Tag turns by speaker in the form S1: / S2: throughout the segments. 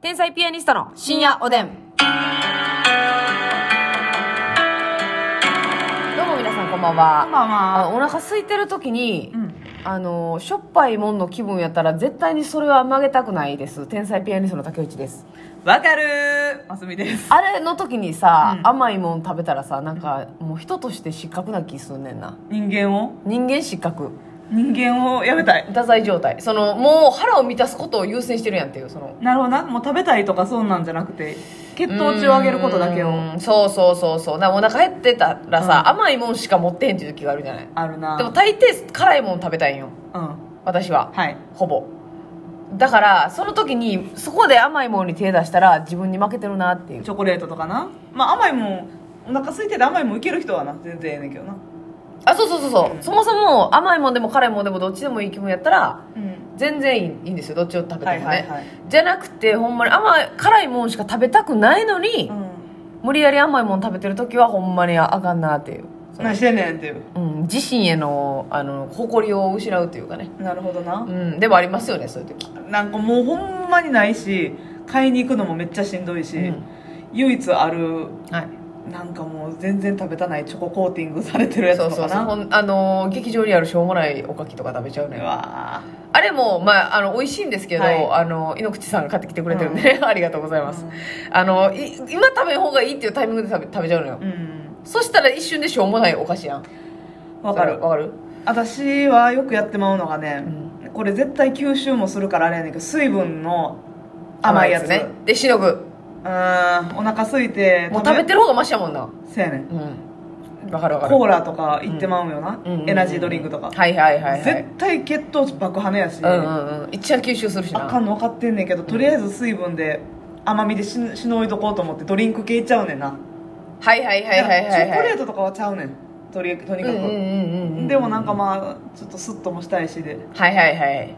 S1: 天才ピアニストの深夜おでん。どうも皆さんこんばんは。
S2: まあ
S1: あ
S2: まあ。
S1: お腹空いてる時に、
S2: ん
S1: あのしょっぱいもんの気分やったら絶対にそれは曲げたくないです天才ピアニストの竹内です
S2: わかるー。ますみです。
S1: あれの時にさ、
S2: うん
S1: 甘いもん食べたらさなんかもう人として失格な気すんねんな
S2: 人間を
S1: 人間失格
S2: 人間をやめたい。
S1: 太宰状態そのもう腹を満たすことを優先してるやんっていうその
S2: なるほどな。もう食べたいとかそうなんじゃなくて、血糖値を上げることだけ
S1: う
S2: を。
S1: ーんそうそうそうそうだからお腹減ってたらさ、
S2: うん
S1: 甘いもんしか持ってへんっていう時があるじゃない
S2: あるな。
S1: でも大抵辛いもん食べたいんよ
S2: うん。
S1: 私は
S2: はい。
S1: ほぼだからその時にそこで甘いものに手出したら自分に負けてるなっていう
S2: チョコレートとかな。まあ甘いもん、お腹空いてて甘いもんいける人はな、全然ええねんけどな。
S1: あそうそうそうそうそもそも甘いもんでも辛いもんでもどっちでもいい気分やったら
S2: うん。
S1: 全然いいいいんですよどっちを食べてもね、
S2: はいはいはい
S1: じゃなくてほんまに甘い辛いもんしか食べたくないのに、無理やり甘いもん食べてる時はほんまにああかんなっていう、
S2: 何してんねんっていう。
S1: うん、自身へのあの誇りを失うというかね、
S2: なるほどな
S1: う。ん、でもありますよねそういう時
S2: なんかもうほんまにないし、買いに行くのもめっちゃしんどいし、
S1: うん
S2: 唯一ある、
S1: はい
S2: なんかもう全然食べたないチョココーティングされてるやつと
S1: そ
S2: か
S1: う
S2: な。
S1: そうそうほんあの劇場にあるしょうもないおかきとか食べちゃうの
S2: う
S1: よ
S2: わ
S1: あれも、まあ、あの、美味しいんですけど、
S2: はい
S1: あの、井ノ口さんが買ってきてくれてるんで、 ありがとうございます。
S2: うん
S1: あの、い今食べん方がいいっていうタイミングで食べ食べちゃうのよ。
S2: うん
S1: そしたら一瞬でしょうもないお菓子やん。
S2: わか
S1: そ
S2: る
S1: れわかる
S2: 私はよくやってまうのがね、これ絶対吸収もするからあれやねんけど水分の甘いやつ
S1: ね。で、しのぐ。
S2: うーんお腹空いて
S1: もう食べてる方がマシやもんな。
S2: せやねん
S1: うん。わかるわかる。
S2: コーラとかいってまうよな、
S1: うんうんうん
S2: エナジードリンクとか、
S1: はいはいはいはい
S2: 絶。対血糖値爆跳ねやし、
S1: うんうんうん。一番吸収するし
S2: あか
S1: な。
S2: んの分かってんねんけどとりあえず水分で甘みでししのいどこうと思ってドリンク系いっちゃうねんな、
S1: はいはいはいはいはいはい。
S2: チョコレートとかはちゃうねんとりとにかく、
S1: うんうんうんうん。
S2: でもなんかまあちょっとスッともしたいしで
S1: はいはいはい。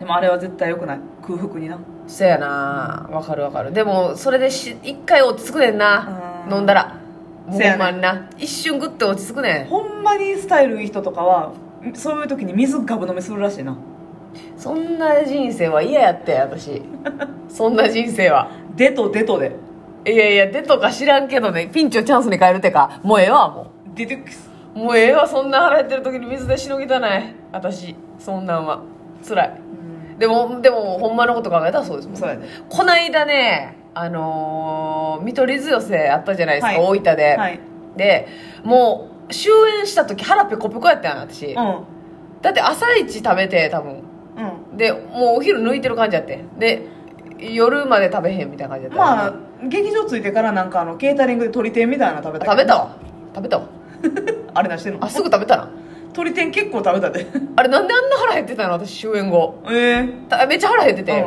S2: でもあれは絶対良くない空腹にな
S1: そやなわかるわかるでもそれでし一回落ち着くねんな
S2: うん
S1: 飲んだらほ
S2: そやね
S1: んまにな一瞬グッと落ち着くね
S2: ほんまにスタイルいい人とかはそういう時に水ガブ飲みするらしいなん
S1: そんな人生は嫌やって 私そんな人生は
S2: デトデトで
S1: いやいやでとか知らんけどねピンチをチャンスに変えるてかもうええわも
S2: デトックス
S1: うもうええわそんな腹減ってる時に水でしのぎたない私そんなんは辛いでもでもほんまのこと考えたらそうですもん
S2: そうやね
S1: こないだねあのー、見取り図寄せあったじゃないですか、
S2: はい
S1: 大分で、
S2: はい
S1: でもう終演した時腹ペコペコやったやん私、
S2: うん
S1: だって朝一食べて多分
S2: う
S1: でもうお昼抜いてる感じやってで夜まで食べへんみたいな感じやっ
S2: ん
S1: た
S2: まあ劇場着いてからなんかあのケータリングで鳥天みたいなの食べた
S1: 食べたわ食べたわ
S2: あれなしてんの
S1: あすぐ食べたな
S2: 鳥天結構食べたで
S1: あれなんであんな腹減ってたの私終演後
S2: ええ
S1: ためっちゃ腹減ってて、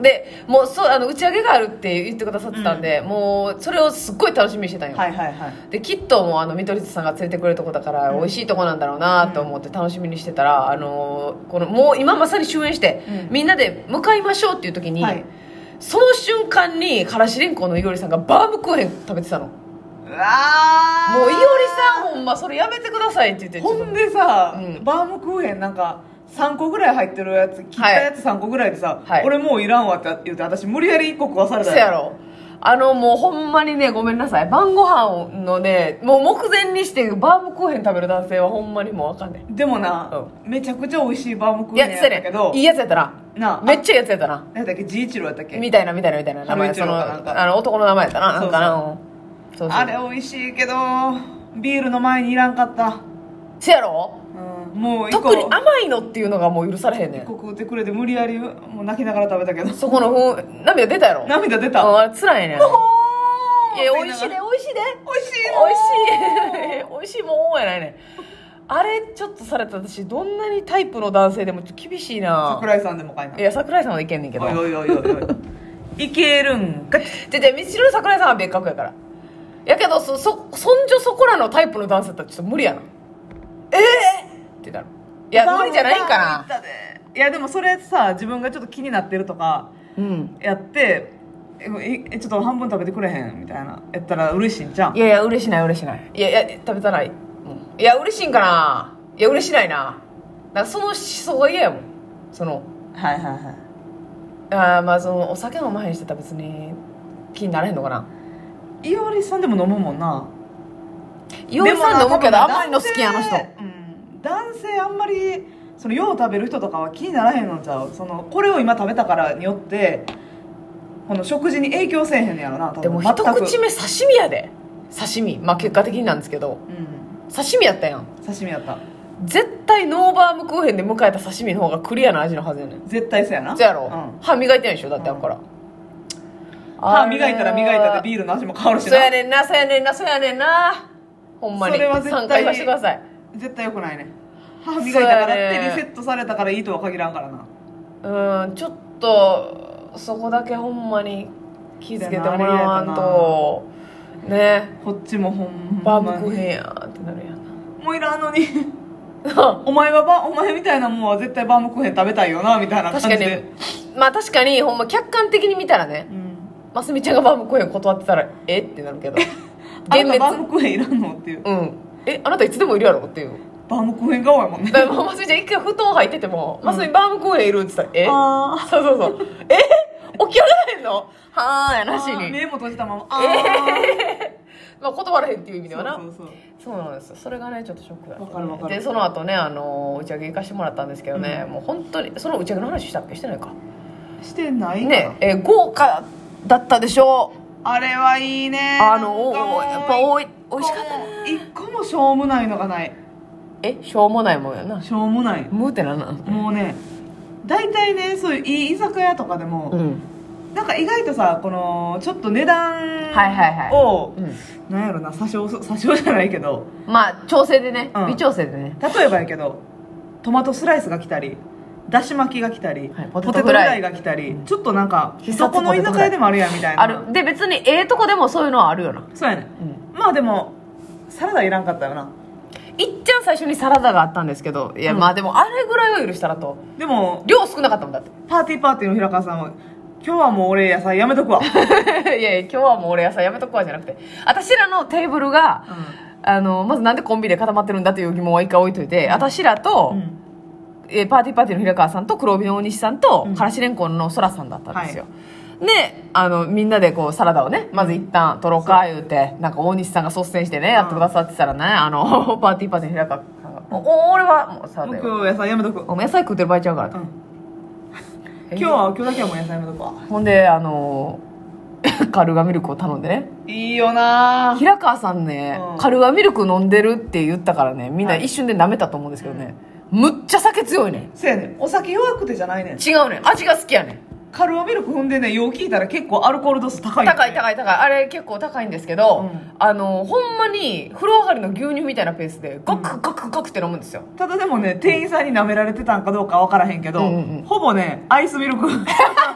S1: でもうそうあの打ち上げがあるって言ってくださってたんで、もうそれをすっごい楽しみにしてたんよ、
S2: はいはいはい
S1: できっともうあの見取り図さんが連れてくれるとこだから美味しいとこなんだろうなと思って楽しみにしてたら、あのーこのもう今まさに終演して、
S2: うん
S1: みんなで向かいましょうっていう時に、
S2: はい
S1: その瞬間にからしれんこのいおりさんがバームクーヘン食べてたのも
S2: うわー
S1: ういおりさんほんまそれやめてくださいって言ってちょっと
S2: ほんでさ、
S1: うん
S2: バームクーヘンなんか3個ぐらい入ってるやつ切ったやつ3個ぐらいでさ、
S1: はい
S2: 俺もういらんわって言って私無理やり1個食わされた
S1: そうやろあのもうほんまにねごめんなさい晩ご飯のねもう目前にしてバームクーヘン食べる男性はほんまにもうあかんねん
S2: でもな、めちゃくちゃ美味しいバームクー
S1: い
S2: ヘ
S1: や
S2: ンやっ
S1: そ
S2: たけ
S1: れ
S2: ど
S1: いいやつやったな
S2: なあ
S1: めっちゃいいやつやったな
S2: なんだっけジイチローやったっけ
S1: みたいなみたいなみたいな名前
S2: 春
S1: そ
S2: 一郎
S1: の
S2: かなんか
S1: あの男の名前やったななんかな
S2: そう
S1: うんそうそう
S2: あれ美味しいけどビールの前にいらんかった、
S1: せやろ
S2: うん、もう一個
S1: 特に甘いのっていうのがもう許されへんね
S2: 一
S1: ん
S2: 個食うてくれて無理やりもう泣きながら食べた けど
S1: そこのふん涙出たやろ
S2: 涙出た
S1: うんあれ辛いねんい
S2: ほー
S1: や美味しいで美味しいで
S2: 美味しい
S1: 美味しい 美味しいもんやないねんあれちょっとされた私どんなにタイプの男性でもちょっと厳しいな
S2: 桜井さんでも買いない
S1: や桜井さんはいけんねんけど
S2: おいおいおいおいおいいけるんか
S1: じゃじゃ道の桜井さんは別格やからやけどそそそんじょそこらのタイプの男性だったらちょっと無理やなええってなるいや無理じゃないんかな
S2: ないやでもそれさ自分がちょっと気になってるとか
S1: うん
S2: やってええちょっと半分食べてくれへんみたいなやったら嬉しいんじゃん
S1: いやいや嬉しない嬉しないいやいや食べたない、うん、いや嬉しいんかないや嬉しないななんかその思想が嫌やもんその
S2: はいはいはい
S1: あーまあそのお酒飲まへんしてたら別に気にならへんのかない
S2: おりさんでも飲むもんな
S1: 伊織さん飲むけ
S2: で
S1: ど
S2: も
S1: あんまりの好きやあの人
S2: 男性うん男性あんまりそのよう食べる人とかは気にならへんのちゃうそのこれを今食べたからによってこの食事に影響せえへんのやろな多分
S1: でも
S2: 全
S1: 一
S2: く
S1: 口目刺身やで刺身まあ結果的になんですけど
S2: うん
S1: 刺身やったやん
S2: 刺身やった
S1: 絶対ノーバームクーヘンで迎えた刺身の方がクリアな味のはずやねん
S2: 絶対そうやな
S1: そやろ、
S2: うん
S1: 歯磨いてないでしょだってあるから、
S2: 歯磨いたら磨いたでビールの味も変わるし
S1: そ
S2: な
S1: うやねんなそうやねんなそうやねんなほんまに
S2: それは絶対
S1: 参加してください
S2: 絶対良くないね歯磨いたからっ
S1: そう
S2: て
S1: やね
S2: リセットされたからいいとは限らんからな
S1: うんちょっとそこだけほんまに気付けてもらわんとね
S2: こっちもほん
S1: バ
S2: ま
S1: ームクー
S2: に
S1: ヘンやってなるやん
S2: もういらんのに
S1: な
S2: お前はバお前みたいなもんは絶対バームクーヘン食べたいよなみたいな感
S1: 確
S2: じ
S1: か
S2: で
S1: にまあ確かにほんま客観的に見たらね
S2: うん
S1: ますみちゃんがバームクーヘン断ってたらえってなるけど
S2: あ
S1: 幻
S2: なたバー
S1: 滅
S2: ムクーヘンいらんのっていう
S1: うんえあなたいつでもいるやろっていう
S2: バームクーヘン顔やもんね
S1: だからもうますみちゃん一回布団入ってても「ますみバームクーヘンいる?」って言ったら「え
S2: あ
S1: そうそうそう え起き上がらへんのはーや
S2: ー
S1: なし
S2: あー
S1: に
S2: 目も閉じたままあー
S1: まあ断らへんっていう意味ではな
S2: そうそうそう
S1: そうなんですよそれがねちょっとショックだったね
S2: わかるわかる
S1: でその後ねあの打ち上げ行かしてもらったんですけどね、
S2: う
S1: もう本当にその打ち上げの話したっけしてないか
S2: してないかな
S1: ねえー豪華だったでしょう
S2: あれはいいね
S1: あの
S2: なんかもう
S1: やっぱおい美味しかったね
S2: 一個もしょうもないのがない
S1: えしょうもないもんやな
S2: しょうもない
S1: ムーってなんなん
S2: もうね大体ねそういういい居酒屋とかでも、
S1: うん
S2: なんか意外とさこのちょっと値段を、
S1: はいはいは
S2: なんやろな詐称詐称じゃないけど
S1: まあ調整でね、
S2: うん
S1: 微調整でね
S2: 例えばやけどトマトスライスが来たりだし巻きが来たり、
S1: はいポ
S2: ポ
S1: テ
S2: テト
S1: ト
S2: フ
S1: フ
S2: ラ
S1: ライ
S2: イが来たりちょっとなんか
S1: 必殺
S2: どこの居酒屋でもあるやんみたいな
S1: あるで別にええとこでもそういうのはあるよな
S2: そうやね、
S1: うん
S2: まあでもサラダいらんかったよない
S1: っちゃん最初にサラダがあったんですけどいや、
S2: うん
S1: まあでもあれぐらいは許したらと
S2: でも
S1: 量少なかったもんだって
S2: パーティーパーティーの平川さんは今日はもう俺野菜やめとくわ、
S1: いやいや今日はもう俺野菜やめとくわじゃなくて私らのテーブルが、あのまずなんでコンビで固まってるんだという疑問は一回置いといて、私らと、
S2: うん
S1: えーパーティーパーティーの平川さんと黒帯の大西さんと、
S2: うん
S1: からしれんこんのそらさんだったんですよ、であのみんなでこうサラダをねまず一旦取ろうか言うてなんか大西さんが率先してねやってくださってたらねあの パーティーパーティーの平川さんが「お俺はもうサラ
S2: も
S1: ダ
S2: う今日
S1: よ
S2: 野菜やめとく、うん、
S1: お前野菜食ってる場合ちゃうから」と、
S2: 今日は今日だけはもう野菜やめとくわ
S1: ほんであの カルガミルクを頼んでね
S2: いいよなぁ
S1: 平川さんね、
S2: うん
S1: カルガミルク飲んでるって言ったからねみんな
S2: はい
S1: 一瞬で舐めたと思うんですけどね、むっちゃ酒強いねん
S2: せやねんお酒弱くてじゃないねん
S1: 違うねん味が好きやねん
S2: カルアミルク踏んでねよう聞いたら結構アルコール度数高い、
S1: 高い
S2: い
S1: 高い高いあれ結構高いんですけど、
S2: うん
S1: あのほんまに風呂上がりの牛乳みたいなペースでガクガクガクって飲むんですよ、
S2: ただでもね店員さんに舐められてたんかどうかわからへんけど、
S1: うんうんうん
S2: ほぼねアイスミルク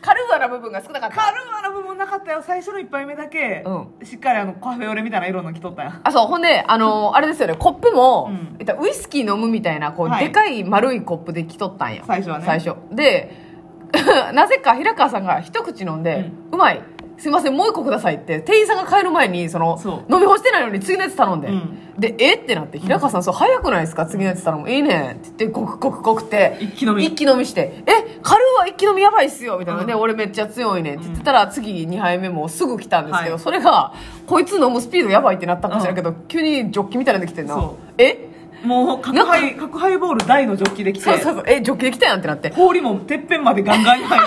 S1: カルーアな部分が少なかった
S2: カルアの部分なかったよ最初の一杯目だけ、
S1: う
S2: しっかりあのカフェオレみたいな色の着とったやん
S1: あそうほんであのあれですよねコップも、
S2: うん
S1: えっとウイスキー飲むみたいなこう、
S2: はい
S1: でかい丸いコップで来とったんや
S2: 最初はね
S1: 最初で なぜか平川さんが一口飲んで「うまいすいませんもう一個ください」って店員さんが帰る前にその
S2: そう
S1: 飲み干してないのに次のやつ頼んで、
S2: うん
S1: で「えっ?」てなって「平川さんそう早くないですか次のやつ頼むいいね」って言ってごくごくごくって
S2: 一気飲み
S1: 一気飲みして「えカルーは一気飲みやばいっすよ」みたいな
S2: うん
S1: ね、俺めっちゃ強いね」って言ってたら、次2杯目もすぐ来たんですけど、
S2: はい
S1: それがこいつ飲むスピードやばいってなったかもしれんけど、急にジョッキみたいなのできてんな
S2: そう
S1: え
S2: もう角ハイ角ハイボール大のジョッキできて
S1: そうそうそうえジョッキできたやんってなって
S2: 氷もてっぺんまでガンガンに入っ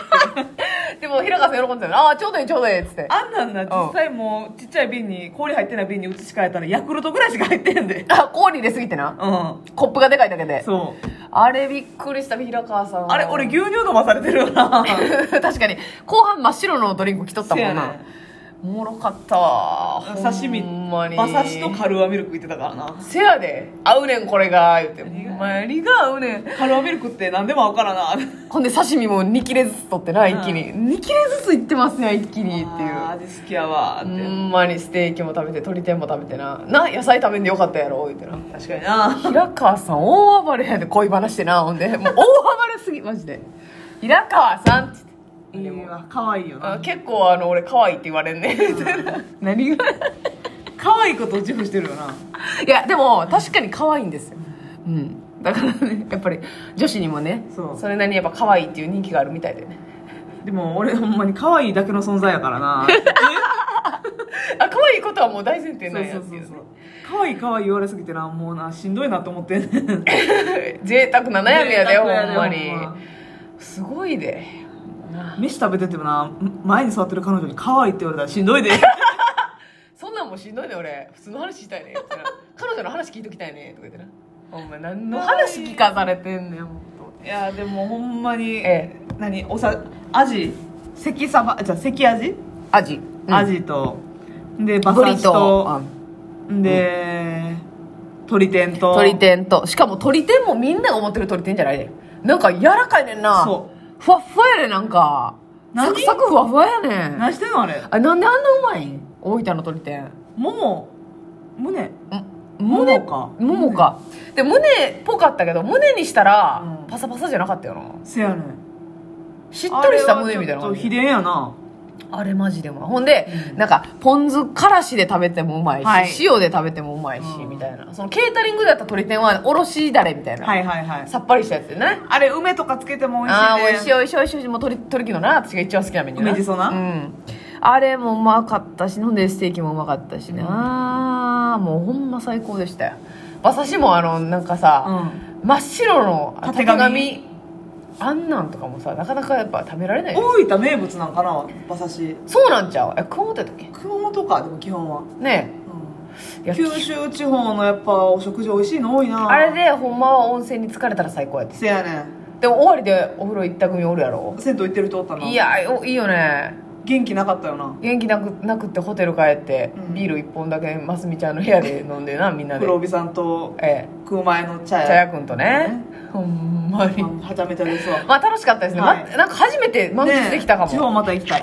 S2: て
S1: でも平川さん喜んでたよああちょうどいいちょうどいいっつって
S2: あんなんな実際もうちっちゃい瓶に氷入ってない瓶に移し替えたらヤクルトぐらいしか入ってへんで
S1: あ氷入れすぎてな
S2: う
S1: コップがでかいだけで
S2: んそう
S1: あれびっくりした平川さんは
S2: あれ俺牛乳飲まされてるよ な
S1: 確かに後半真っ白のドリンク来とったもん
S2: せや
S1: な
S2: ね
S1: おもろかったわ
S2: 刺身
S1: ほんまに
S2: 馬刺しとカルアミルク言ってたからな
S1: せやで合うねんこれが言うてほんまにが合うねん
S2: カルアミルクって何でも合うからなって
S1: ほんで刺身も2切れずつ取ってな一気に、2切れずついってますね一気にっていう
S2: 味好きやわ
S1: ほ
S2: ーって
S1: んまにステーキも食べて鶏天も食べてなな野菜食べんでよかったやろ言うてな
S2: 確かにな
S1: 平川さん大暴れやで恋話してなほんでもう大暴れすぎマジで平川さんって
S2: い
S1: 言って
S2: いわ可愛いよ
S1: あ
S2: な
S1: 結構あの俺可愛いって言われんね何が
S2: 可愛いことを自負してるよない
S1: やでも確かに可愛いんですようんだからねやっぱり女子にもね
S2: そう
S1: それなりにやっぱ可愛いっていう人気があるみたいでね
S2: でも俺ほんまに可愛いだけの存在やから な
S1: あ可愛いことはもう大前提
S2: え
S1: なんや
S2: そう
S1: って
S2: そ
S1: いうう
S2: そうそう可愛い可愛い言われすぎてなもうなしんどいなと思ってんねん
S1: 贅沢な悩みや でほんまに
S2: ほんます
S1: ごいでな
S2: 飯食べててもな前に座ってる彼女に可愛いって言われたらしん どいで
S1: そんなんもしんどいね俺普通の話したいねってな彼女の話聞いときたいねとか言ってなお前何の話聞かされてんねんもっと
S2: いやでもほんまに、
S1: え
S2: 何おさアジ関サバじゃあ関アジ、
S1: アジ、
S2: ア
S1: ジ
S2: ジとでバ
S1: ブ
S2: サ
S1: リ
S2: シ
S1: と
S2: とで、鳥天と
S1: 鳥天としかも鶏天もみんなが思ってる鳥天じゃないねなんか柔らかいねんな
S2: そ
S1: ふわっふわやねんなんかサ
S2: 何
S1: クサクふわふわやねん
S2: 何してんのあれ
S1: あなんであんなうまいん大分の鳥天
S2: もも胸も
S1: 胸
S2: もか
S1: ももかで胸っぽかったけど胸にしたら、
S2: うん
S1: パサパサじゃなかったよな
S2: せやねん
S1: しっとりした胸みたいな
S2: あれはちょっ
S1: 感
S2: と秘
S1: じ
S2: 伝やな
S1: あれマジでうまいほんで、
S2: うん
S1: なんかポン酢からしで食べてもうまいし、
S2: はい
S1: 塩で食べてもうまいし、
S2: うん
S1: みたいなそのケータリングだった鶏天はおろしだれみたいな、
S2: はいはいはい
S1: さっぱりしたやつでね
S2: あれ梅とかつけても美味しいね
S1: ああー美味しい美味しい美味しい美味しいもう鳥鳥貴のな私が一番好きなメニューな
S2: 梅じそな
S1: うんあれもうまかったしほんでステーキもうまかったしね、あーもうほんま最高でしたよ馬刺しもあのなんかさ、
S2: う
S1: 真っ白の
S2: たて
S1: 縦
S2: がみ
S1: 紙あんなんとかもさなかなかやっぱ食べられないよ
S2: ん、大分名物なんかな馬刺し
S1: そうなんちゃうえ熊本やったっけ
S2: 熊本かでも基本は、
S1: ねえ
S2: うん
S1: いや
S2: 九州地方のやっぱお食事美味しいの多いな
S1: あれでほんまは温泉に疲れたら最高やって
S2: せやねん
S1: でも終わりでお風呂行った組おるやろ
S2: 銭湯行ってるとおったない
S1: やおいいよね
S2: 元気なかったよな
S1: 元気なくなくってホテル帰って、
S2: うん
S1: ビール1本だけますみちゃんの部屋で飲んでなみんなで
S2: 黒帯さんと
S1: ええ
S2: 食う前の茶
S1: 茶
S2: 屋
S1: 屋くんとねほんまに
S2: あはちゃめちゃですわ
S1: まあ楽しかったですね、
S2: はい
S1: まなんか初めて満喫できたかも、
S2: ねえ地方また行きたい